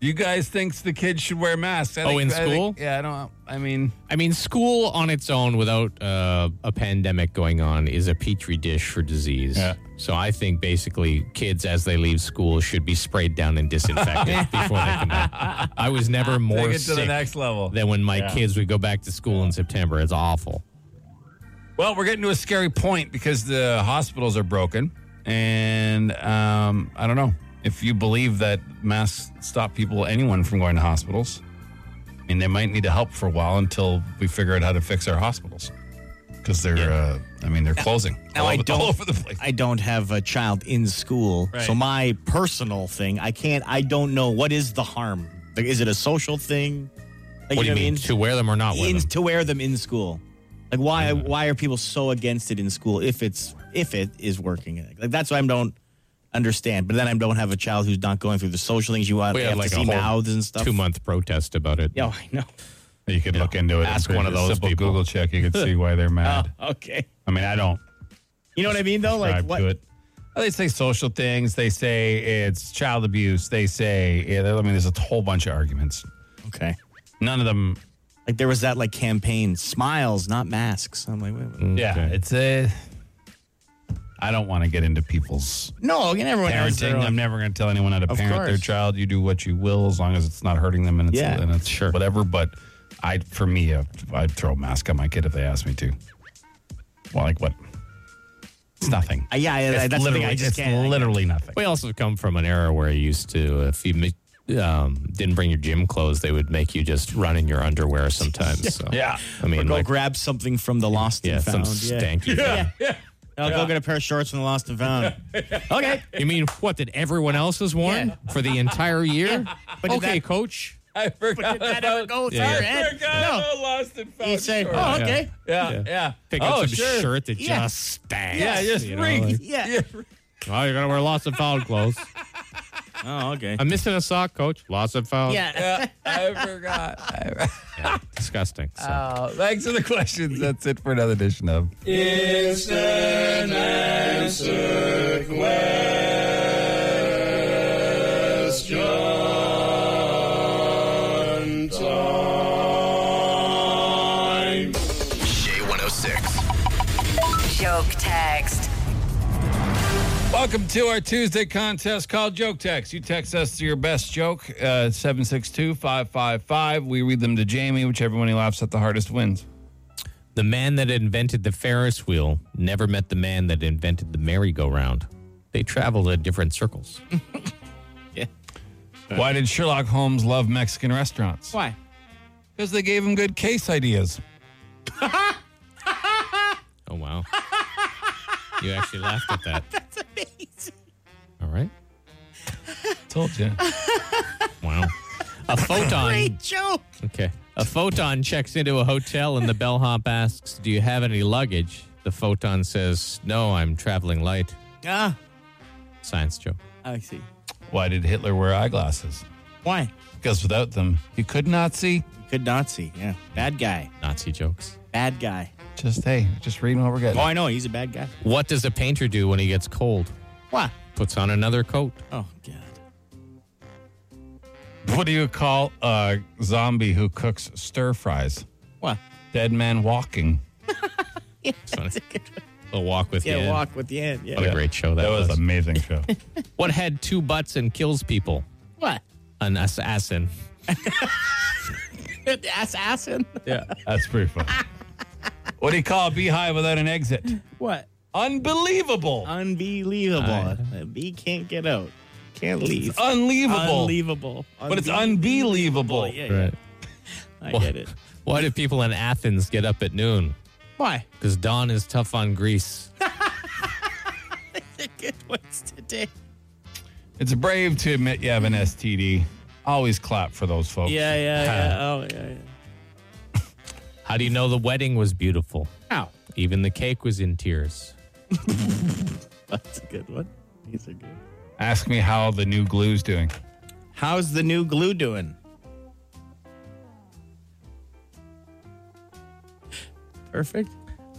Speaker 2: you guys thinks the kids should wear masks? I
Speaker 3: Oh, in
Speaker 2: I think-
Speaker 3: school?
Speaker 2: yeah, I don't. I mean,
Speaker 3: I mean, school on its own without uh, a pandemic going on is a petri dish for disease.
Speaker 2: Yeah.
Speaker 3: So I think basically kids as they leave school should be sprayed down and disinfected before they come back. I was never more
Speaker 2: take it to
Speaker 3: sick
Speaker 2: the next level.
Speaker 3: than when my
Speaker 2: Yeah.
Speaker 3: kids would go back to school in September. It's awful.
Speaker 2: Well, we're getting to a scary point because the hospitals are broken, and um, I don't know if you believe that masks stop people, anyone from going to hospitals. I mean, they might need to help for a while until we figure out how to fix our hospitals because they're, uh, I mean, they're closing
Speaker 4: Now,
Speaker 2: all,
Speaker 4: I
Speaker 2: over,
Speaker 4: don't-
Speaker 2: all over the place.
Speaker 4: I don't have a child in school,
Speaker 2: Right.
Speaker 4: so my personal thing, I can't. I don't know what is the harm. Like, is it a social thing? Like,
Speaker 3: What do you
Speaker 4: know
Speaker 3: mean? To wear them or not
Speaker 4: I
Speaker 3: wear
Speaker 4: mean? In,
Speaker 3: them?
Speaker 4: to wear them in school. Like, why? Why are people so against it in school if it's if it is working? Like, that's why I don't understand. But then I don't have a child who's not going through the social things you want.
Speaker 3: We
Speaker 4: they
Speaker 3: had,
Speaker 4: have
Speaker 3: like,
Speaker 4: to
Speaker 3: a
Speaker 4: see
Speaker 3: whole
Speaker 4: mouths and stuff.
Speaker 3: Two month protest about it.
Speaker 4: Yeah, I know.
Speaker 2: You could look into it.
Speaker 3: Ask
Speaker 2: It's
Speaker 3: one of
Speaker 2: a
Speaker 3: those
Speaker 2: simple
Speaker 3: people.
Speaker 2: Google check. You could see why they're mad.
Speaker 4: Okay.
Speaker 2: I mean, I don't.
Speaker 4: You know what I mean, though. Like,
Speaker 2: subscribe
Speaker 4: what?
Speaker 2: to it. Well, Oh, They say social things. They say it's child abuse. They say, yeah, there- I mean, there's a whole bunch of arguments.
Speaker 4: Okay.
Speaker 2: None of them.
Speaker 4: Like there was that like campaign, smiles, not masks. I'm like, wait, wait.
Speaker 2: Yeah, it's a. I don't want to get into people's
Speaker 4: no, again, everyone has their
Speaker 2: parenting.
Speaker 4: own-
Speaker 2: I'm never going to tell anyone how to
Speaker 4: Of
Speaker 2: parent their
Speaker 4: course.
Speaker 2: child. You do what you will, as long as it's not hurting them and it's
Speaker 4: Yeah.
Speaker 2: and it's sure whatever. But I, for me, I- I'd throw a mask on my kid if they asked me to. Well, like what? It's nothing.
Speaker 4: Uh, yeah, yeah,
Speaker 2: It's
Speaker 4: that's the thing.
Speaker 2: literally,
Speaker 4: I just
Speaker 2: it's
Speaker 4: can't.
Speaker 2: literally nothing.
Speaker 3: We also come from an era where you used to, if you mi- um, didn't bring your gym clothes, they would make you just run in your underwear sometimes. So,
Speaker 2: Yeah.
Speaker 3: I mean,
Speaker 4: Go
Speaker 3: like,
Speaker 4: grab something from the lost
Speaker 3: yeah,
Speaker 4: and
Speaker 3: some
Speaker 4: found. yeah.
Speaker 3: stanky.
Speaker 4: I'll go get a pair of shorts from the lost and found.
Speaker 3: Okay. You mean what? Did everyone else has worn for the entire year?
Speaker 4: did
Speaker 3: okay,
Speaker 4: that-
Speaker 3: coach.
Speaker 2: I forgot.
Speaker 4: that ever go through
Speaker 3: Yeah.
Speaker 4: your head?
Speaker 2: no. lost and found.
Speaker 4: Oh, You say, oh,
Speaker 3: Yeah.
Speaker 4: okay.
Speaker 2: yeah, yeah.
Speaker 3: Pick
Speaker 2: oh,
Speaker 3: up some
Speaker 2: sure.
Speaker 3: shirt that
Speaker 4: Yeah.
Speaker 3: just stanks.
Speaker 2: Yeah, just
Speaker 3: you know,
Speaker 2: reek.
Speaker 3: like,
Speaker 4: Yeah.
Speaker 3: oh, you're gonna wear lots of foul clothes.
Speaker 4: Oh, okay.
Speaker 3: I'm missing a sock, coach. Lots of foul.
Speaker 4: yeah.
Speaker 2: Yeah, I forgot.
Speaker 3: Disgusting. So.
Speaker 2: Oh, thanks for the questions. That's it for another edition of.
Speaker 5: J 106.
Speaker 1: Joke text.
Speaker 2: Welcome to our Tuesday contest called Joke Text. You text us your best joke, uh, 762 555. We read them to Jamie. Whichever one he laughs at the hardest wins.
Speaker 3: The man that invented the Ferris wheel never met the man that invented the merry-go-round. They traveled at different circles.
Speaker 2: Why did Sherlock Holmes love Mexican restaurants?
Speaker 4: Why?
Speaker 2: Because they gave him good case ideas.
Speaker 3: Oh wow! you actually laughed at that. That's amazing. All right.
Speaker 2: Told you.
Speaker 3: Wow. A photon.
Speaker 4: Joke.
Speaker 3: Okay. A photon checks into a hotel and the bellhop asks, "Do you have any luggage?" The photon says, "No, I'm traveling light."
Speaker 4: Ah,
Speaker 3: Science joke.
Speaker 4: I see.
Speaker 2: Why did Hitler wear eyeglasses?
Speaker 4: Why?
Speaker 2: Because without them, he could not see.
Speaker 4: Could not see. Yeah. Bad guy.
Speaker 3: Nazi jokes.
Speaker 4: Bad guy.
Speaker 2: Just, hey, just reading what we're
Speaker 4: Oh,
Speaker 2: getting.
Speaker 4: I know. He's a bad guy.
Speaker 3: What does a painter do when he gets cold?
Speaker 4: Why?
Speaker 3: Puts on another coat.
Speaker 4: Oh, God.
Speaker 2: What do you call a zombie who cooks stir fries?
Speaker 4: Why?
Speaker 2: Dead man walking.
Speaker 3: He'll walk with
Speaker 4: Yeah,
Speaker 3: you. in.
Speaker 4: walk with the end. Yeah.
Speaker 3: What a great show that,
Speaker 2: That was
Speaker 3: was.
Speaker 2: an amazing show.
Speaker 3: What had two butts and kills people?
Speaker 4: What?
Speaker 3: An assassin.
Speaker 4: Assassin?
Speaker 2: Yeah, that's pretty fun. what do you call a beehive without an exit?
Speaker 4: What?
Speaker 2: Unbelievable.
Speaker 4: Unbelievable. A bee can't get out. Can't leave.
Speaker 2: Unbelievable.
Speaker 4: Unbelievable.
Speaker 2: But it's unbelievable.
Speaker 4: Yeah, yeah. I get it.
Speaker 3: Why do people in Athens get up at noon?
Speaker 4: Why?
Speaker 3: Because dawn is tough on Greece.
Speaker 4: The good ones today.
Speaker 2: It's brave to admit you have an STD. Always clap for those folks.
Speaker 4: Yeah, yeah, yeah. Oh, yeah, yeah.
Speaker 3: How do you know the wedding was beautiful?
Speaker 4: How?
Speaker 3: Even the cake was in tears.
Speaker 4: That's a good one. These are good.
Speaker 2: Ask me how the new glue's doing.
Speaker 4: How's the new glue doing? Perfect.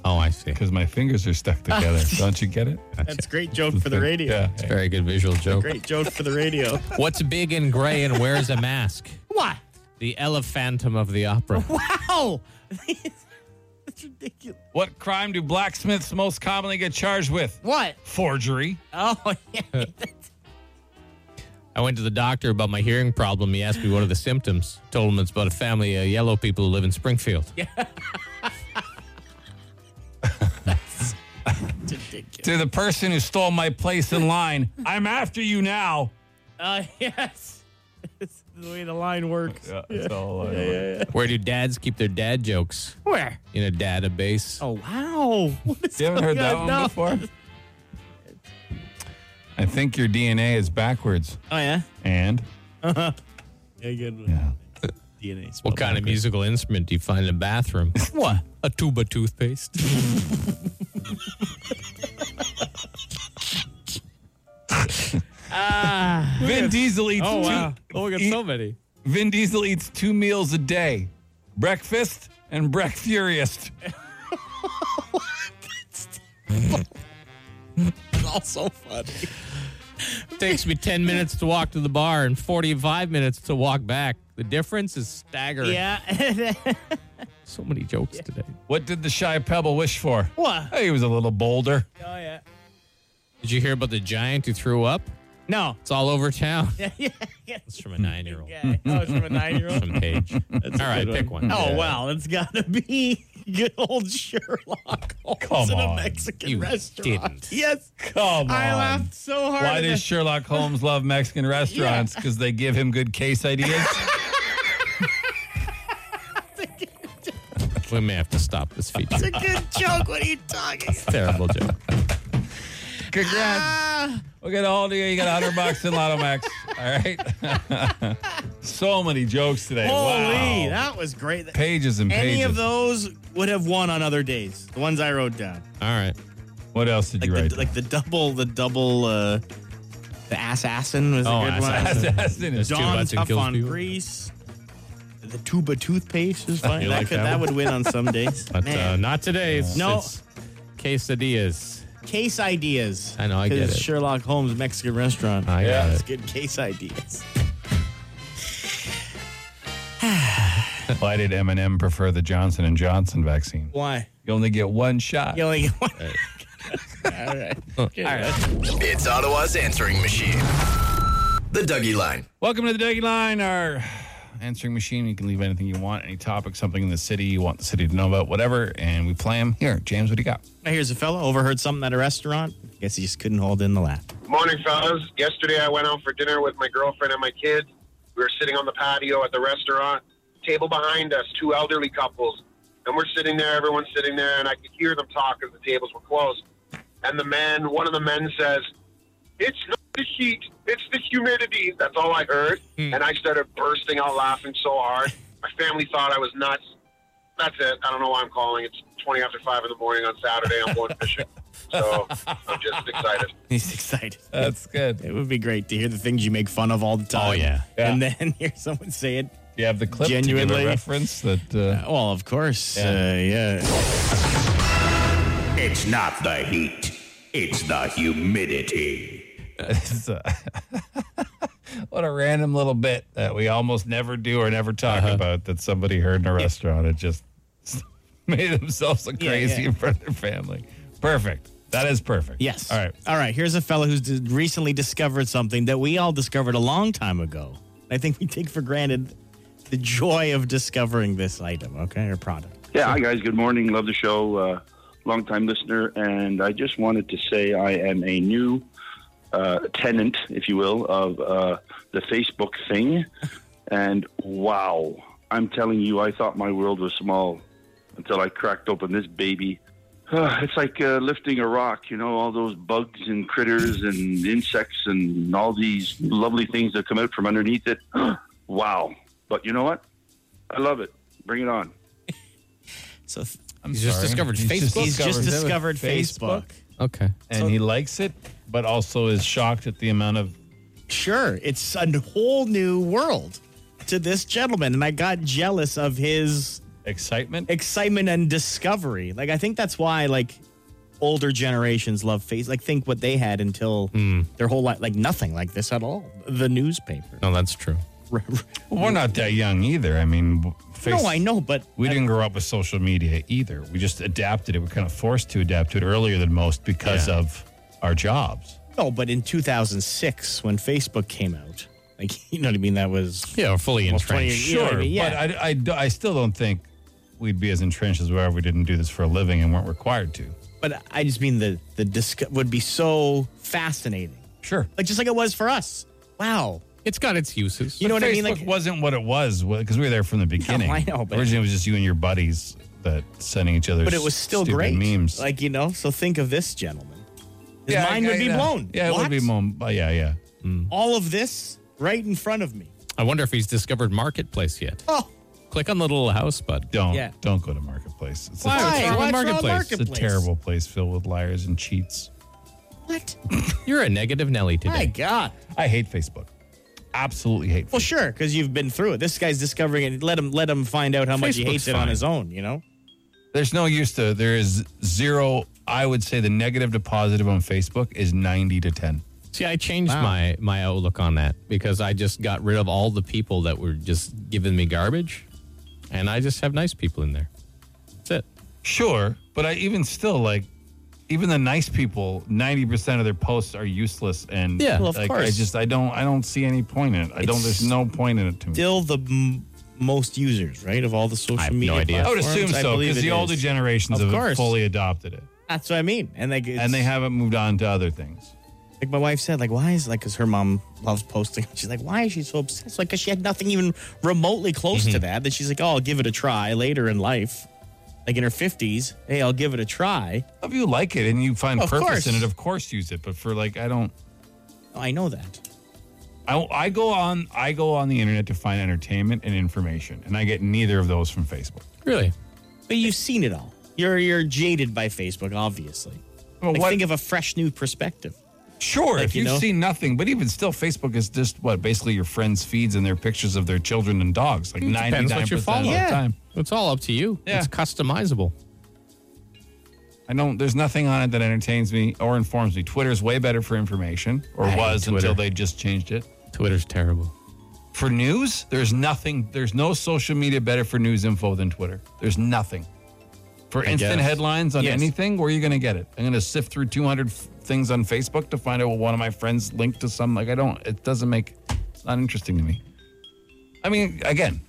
Speaker 3: Oh, I see.
Speaker 2: Because my fingers are stuck together. Don't you get it?
Speaker 4: That's a great joke for the radio.
Speaker 2: Yeah.
Speaker 3: Very good visual joke.
Speaker 4: Great joke for the radio.
Speaker 3: What's big and gray and wears a mask?
Speaker 4: Why?
Speaker 3: The elephantum of the opera.
Speaker 4: Wow. That's ridiculous.
Speaker 2: What crime do blacksmiths most commonly get charged with?
Speaker 4: What?
Speaker 2: Forgery.
Speaker 4: Oh, yeah.
Speaker 3: I went to the doctor about my hearing problem. He asked me what are the symptoms. Told him it's about a family of yellow people who live in Springfield.
Speaker 4: That's ridiculous.
Speaker 2: To the person who stole my place in line, I'm after you now.
Speaker 4: Uh, yes. It's the way the line works.
Speaker 3: Where do dads keep their dad jokes?
Speaker 4: Where?
Speaker 3: In a database.
Speaker 4: Oh, wow. What is
Speaker 2: You haven't heard
Speaker 4: going
Speaker 2: that
Speaker 4: on?
Speaker 2: one
Speaker 4: No.
Speaker 2: before? I think your DNA is backwards.
Speaker 4: Oh, yeah.
Speaker 2: And
Speaker 4: Yeah, good one.
Speaker 2: yeah.
Speaker 4: DNA.
Speaker 3: What kind of musical instrument do you find in a bathroom? what? A tube of toothpaste.
Speaker 2: Vin Diesel eats two.
Speaker 3: Oh, we
Speaker 4: E
Speaker 3: got
Speaker 2: so
Speaker 3: many.
Speaker 2: Vin Diesel eats two meals a day. Breakfast and breakfurious.
Speaker 4: also funny.
Speaker 3: Takes me 10 minutes to walk to the bar and 45 minutes to walk back. The difference is staggering.
Speaker 4: Yeah.
Speaker 3: So many jokes today.
Speaker 2: What did the shy pebble wish for?
Speaker 4: what? Oh,
Speaker 2: Hey, he was a little bolder.
Speaker 4: yeah.
Speaker 3: Did you hear about the giant who threw up?
Speaker 4: No.
Speaker 3: It's all over town.
Speaker 4: Yeah, yeah, yeah.
Speaker 3: It's from a nine year old.
Speaker 4: Yeah. Oh, it's from a nine year old.
Speaker 3: From Paige. All right, pick one.
Speaker 4: Oh, wow. It's got to be. good old Sherlock Holmes
Speaker 2: Come
Speaker 4: in a
Speaker 2: on.
Speaker 4: Mexican
Speaker 3: You
Speaker 4: restaurant.
Speaker 3: didn't.
Speaker 4: Yes.
Speaker 2: Come on.
Speaker 4: I laughed so hard.
Speaker 2: Why
Speaker 4: at
Speaker 2: does
Speaker 4: that.
Speaker 2: Sherlock Holmes love Mexican restaurants? Because they give him good case ideas.
Speaker 3: We may have to stop this feature.
Speaker 4: It's a good joke. What are you talking about?
Speaker 3: Terrible joke.
Speaker 2: Congrats. We'll get all to you. You got 100 bucks in Lotto Max. All right. so many jokes today.
Speaker 4: Holy,
Speaker 2: wow.
Speaker 4: that was great.
Speaker 2: pages and pages.
Speaker 4: Any of those would have won on other days. The ones I wrote down.
Speaker 3: All right.
Speaker 2: What else did
Speaker 4: Like
Speaker 2: you
Speaker 4: the
Speaker 2: write?
Speaker 4: like the double the double uh the assassin was
Speaker 3: Oh,
Speaker 4: a good
Speaker 3: assassin.
Speaker 4: one.
Speaker 2: Assassin is
Speaker 3: Two
Speaker 4: Dawn
Speaker 3: butts and
Speaker 4: tough
Speaker 3: kills
Speaker 4: on
Speaker 3: people.
Speaker 4: grease. The tuba toothpaste is fine.
Speaker 3: You
Speaker 4: That,
Speaker 3: like
Speaker 4: could,
Speaker 3: that
Speaker 4: that,
Speaker 3: one?
Speaker 4: would win on some days.
Speaker 3: But uh,
Speaker 4: Man.
Speaker 3: not today. It's,
Speaker 4: No.
Speaker 3: it's quesadillas.
Speaker 4: case ideas.
Speaker 3: I know, I get
Speaker 4: 'Cause
Speaker 3: it.
Speaker 4: Sherlock Holmes Mexican restaurant.
Speaker 3: I got
Speaker 4: That's
Speaker 3: it.
Speaker 4: good case ideas.
Speaker 2: Why did Eminem prefer the Johnson and Johnson vaccine?
Speaker 4: Why?
Speaker 2: You only get one shot.
Speaker 4: You only get one. All right. All right.
Speaker 5: It's Ottawa's answering machine. The Dougie Line.
Speaker 2: Welcome to the Dougie Line, our answering machine. You can leave anything you want, any topic, something in the city you want the city to know about, whatever, and we play them. Here, James, what do you got?
Speaker 4: Now, here's a fella overheard something at a restaurant. Guess he just couldn't hold in the laugh.
Speaker 10: Morning, fellas. Yesterday, I went out for dinner with my girlfriend and my kid. We were sitting on the patio at the restaurant. Table behind us, two elderly couples, and we're sitting there. Everyone's sitting there, and I could hear them talk as the tables were closed. And the man, one of the men, says, "It's not the heat, it's the humidity." That's all I heard, and I started bursting out laughing so hard. My family thought I was nuts. That's it. I don't know why I'm calling. It's twenty after five in the morning on Saturday. I'm going fishing, so I'm just excited.
Speaker 4: He's excited.
Speaker 3: Uh,
Speaker 2: That's good.
Speaker 4: It would be great to hear the things you make fun of all the time.
Speaker 2: Oh, yeah.
Speaker 4: And then hear someone say it.
Speaker 2: Do you have the clip to give
Speaker 4: Genuinely.
Speaker 2: a reference that? Uh,
Speaker 4: Well, of course. Uh, yeah.
Speaker 5: It's not the heat, it's the humidity.
Speaker 2: it's, uh, what a random little bit that we almost never do or never talk
Speaker 4: Uh-huh.
Speaker 2: about that somebody heard in a restaurant and just made themselves look
Speaker 4: Yeah,
Speaker 2: crazy
Speaker 4: yeah.
Speaker 2: in front of their family. Perfect. That is perfect.
Speaker 4: Yes.
Speaker 2: All right.
Speaker 4: All right. Here's a fella who's d- recently discovered something that we all discovered a long time ago. I think we take for granted the joy of discovering this item, okay, or product.
Speaker 10: Yeah, hi guys. Good morning. Love the show. Uh, long time listener, and I just wanted to say I am a new uh, tenant, if you will, of uh, the Facebook thing. And wow, I'm telling you, I thought my world was small until I cracked open this baby. it's like uh, lifting a rock, you know, all those bugs and critters and insects and all these lovely things that come out from underneath it. wow. But you know what? I love it. Bring it on.
Speaker 4: So th-
Speaker 2: I'm
Speaker 3: He's just discovered Facebook.
Speaker 4: he's just
Speaker 3: Discovered-
Speaker 4: discovered
Speaker 2: Facebook?
Speaker 4: Facebook.
Speaker 3: Okay.
Speaker 2: and he likes it, but also is shocked at the amount of.
Speaker 4: Sure, it's a whole new world to this gentleman, and I got jealous of his
Speaker 2: Excitement?
Speaker 4: excitement and discovery. Like I think that's why like older generations love face like think what they had until
Speaker 2: Hmm.
Speaker 4: their whole life like nothing like this at all. The newspaper.
Speaker 3: No, that's true.
Speaker 2: Well, we're not that young either. I mean, w- face,
Speaker 4: No, I know, but
Speaker 2: We didn't grow up with social media either. We just adapted it. We're kind of forced to adapt to it earlier than most because
Speaker 3: Yeah.
Speaker 2: of our jobs.
Speaker 4: No, but in 2006 when Facebook came out, like you know what I mean. That was
Speaker 3: Yeah, we're fully
Speaker 4: Almost 20
Speaker 3: entrenched.
Speaker 4: You know what I mean? Yeah.
Speaker 2: but I, I do- I still don't think we'd be as entrenched as we are if we didn't do this for a living and weren't required to.
Speaker 4: But I just mean the the disc would be so fascinating,
Speaker 2: Sure.
Speaker 4: like just like it was for us. Wow,
Speaker 3: It's got its uses.
Speaker 4: you know what I mean?
Speaker 2: Facebook
Speaker 4: Like
Speaker 2: wasn't what it was because we were there from the beginning.
Speaker 4: I know, but-
Speaker 2: originally it was just you and your buddies that sending each other.
Speaker 4: but it was still
Speaker 2: stupid
Speaker 4: great.
Speaker 2: memes.
Speaker 4: Like you know, so think of this gentleman. His
Speaker 2: Yeah,
Speaker 4: mind
Speaker 2: I-
Speaker 4: would
Speaker 2: I-
Speaker 4: be
Speaker 2: yeah.
Speaker 4: blown.
Speaker 2: Yeah, it
Speaker 4: What?
Speaker 2: would be blown. But yeah, yeah.
Speaker 4: All of this right in front of me.
Speaker 3: I wonder if he's discovered Marketplace yet.
Speaker 4: Oh,
Speaker 3: Click on the little house button.
Speaker 2: Don't
Speaker 4: Yeah.
Speaker 2: don't go to marketplace. It's a-
Speaker 3: Why?
Speaker 2: it's
Speaker 3: What's wrong with
Speaker 4: What's wrong with
Speaker 3: Marketplace?
Speaker 2: a, terrible place filled with liars and cheats.
Speaker 4: What?
Speaker 3: You're a negative Nelly today.
Speaker 4: My God.
Speaker 2: I hate Facebook. Absolutely hate.
Speaker 4: Well,
Speaker 2: Facebook.
Speaker 4: sure, because you've been through it. This guy's discovering it. Let him let him find out how much he
Speaker 3: Facebook's
Speaker 4: hates it on
Speaker 3: fine.
Speaker 4: his own. You know.
Speaker 2: There's no use to. There is zero. I would say the negative to positive on Facebook is ninety to ten.
Speaker 3: See, I changed my my outlook on that because I just got rid of all the people that were just giving me garbage, and I just have nice people in there. That's it.
Speaker 2: Sure, but I even still like. Even the nice people, ninety percent of their posts are useless, and
Speaker 3: Yeah, well,
Speaker 4: of
Speaker 2: like, I
Speaker 4: course.
Speaker 2: just I don't I don't see any point in it. I don't.
Speaker 4: It's
Speaker 2: There's no point in it to me.
Speaker 4: still the m- most users, right? Of all the social media.
Speaker 2: no idea. I would
Speaker 4: platforms.
Speaker 2: assume so
Speaker 4: believe
Speaker 2: because
Speaker 4: it
Speaker 2: the
Speaker 4: is.
Speaker 2: older generations
Speaker 4: Of
Speaker 2: have
Speaker 4: course.
Speaker 2: fully adopted it,
Speaker 4: That's what I mean. And like, it's,
Speaker 2: and they haven't moved on to other things.
Speaker 4: like my wife said, like, why is like, because her mom loves posting. She's like, why is she so obsessed? Like, because she had nothing even remotely close
Speaker 2: Mm-hmm.
Speaker 4: to that. That she's like, oh, I'll give it a try later in life, like in her fifties. Hey, I'll give it a try.
Speaker 2: If you like it and you find
Speaker 4: Of
Speaker 2: purpose in it,
Speaker 4: course.
Speaker 2: of course use it. But for like, I don't.
Speaker 4: Oh, I know that.
Speaker 2: I, I go on I go on the internet to find entertainment and information, and I get neither of those from Facebook.
Speaker 3: Really?
Speaker 4: But you've seen it all. You're you're jaded by Facebook, obviously.
Speaker 2: Well,
Speaker 4: Like,
Speaker 2: what-
Speaker 4: think of a fresh new perspective.
Speaker 2: Sure, if
Speaker 4: you
Speaker 2: you've
Speaker 4: know?
Speaker 2: seen nothing, but even still, Facebook is just what basically your friends' feeds and their pictures of their children and dogs, like ninety
Speaker 3: Depends
Speaker 2: nine
Speaker 3: what you're
Speaker 2: percent of the
Speaker 3: following.
Speaker 2: time.
Speaker 3: It's all up to you.
Speaker 2: Yeah.
Speaker 3: It's customizable.
Speaker 2: I don't. There's nothing on it that entertains me or informs me. Twitter's way better for information, or was until
Speaker 3: Twitter.
Speaker 2: they just changed it.
Speaker 3: Twitter's terrible.
Speaker 2: For news, there's nothing. There's no social media better for news info than Twitter. There's nothing. For instant
Speaker 3: guess.
Speaker 2: headlines on
Speaker 4: Yes.
Speaker 2: anything, where are you going to get it? I'm going to sift through 200 f- things on Facebook to find out what one of my friends linked to some. Like I don't. It doesn't make. It's not interesting to me. I mean, again,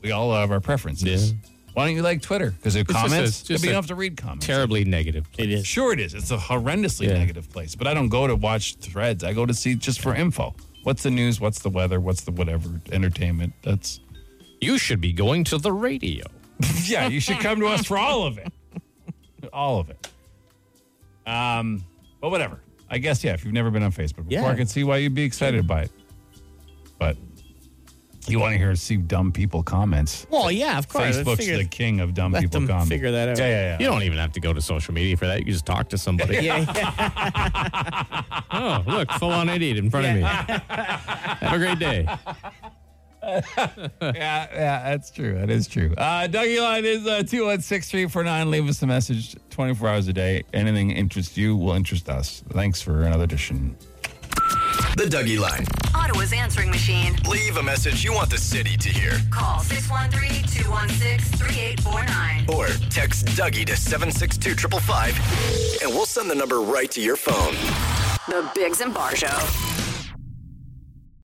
Speaker 2: we all have our preferences.
Speaker 3: Yeah.
Speaker 2: Why don't you like Twitter? Because it
Speaker 3: just a-
Speaker 2: comments. Just
Speaker 3: just
Speaker 2: be
Speaker 3: a
Speaker 2: enough to read comments.
Speaker 3: Terribly negative.
Speaker 4: It is.
Speaker 2: Sure, it is. It's a horrendously
Speaker 3: Yeah.
Speaker 2: negative place, but I don't go to watch threads. I go to see just for info. What's the news? What's the weather? What's the whatever entertainment? That's
Speaker 3: You should be going to the radio.
Speaker 2: yeah. You should come to us for all of it, all of it. Um, but whatever. I guess yeah. If you've never been on Facebook before,
Speaker 4: Yeah.
Speaker 2: I can see why you'd be excited by it. But you want to hear see dumb people comments.
Speaker 4: Well, yeah, of course. I
Speaker 2: Facebook's
Speaker 4: figured-
Speaker 2: the king of dumb
Speaker 4: let
Speaker 2: people
Speaker 4: them
Speaker 2: comments.
Speaker 4: figure that out.
Speaker 2: Yeah, yeah, yeah.
Speaker 3: You don't even have to go to social media for that. You can just talk to somebody.
Speaker 4: yeah, yeah.
Speaker 3: Oh, look, full on idiot in front of me. Have a great day.
Speaker 2: yeah, yeah, that's true. That is true. Uh, Dougie line is uh, 216349. Leave us a message 24 hours a day. Anything interests you will interest us. Thanks for another edition.
Speaker 5: The Dougie Line.
Speaker 1: Ottawa's answering machine.
Speaker 5: Leave a message you want the city to hear.
Speaker 1: Call 613 216 3849.
Speaker 5: Or text Dougie to 762 555 and we'll send the number right to your phone.
Speaker 1: The Biggs and Bar Show.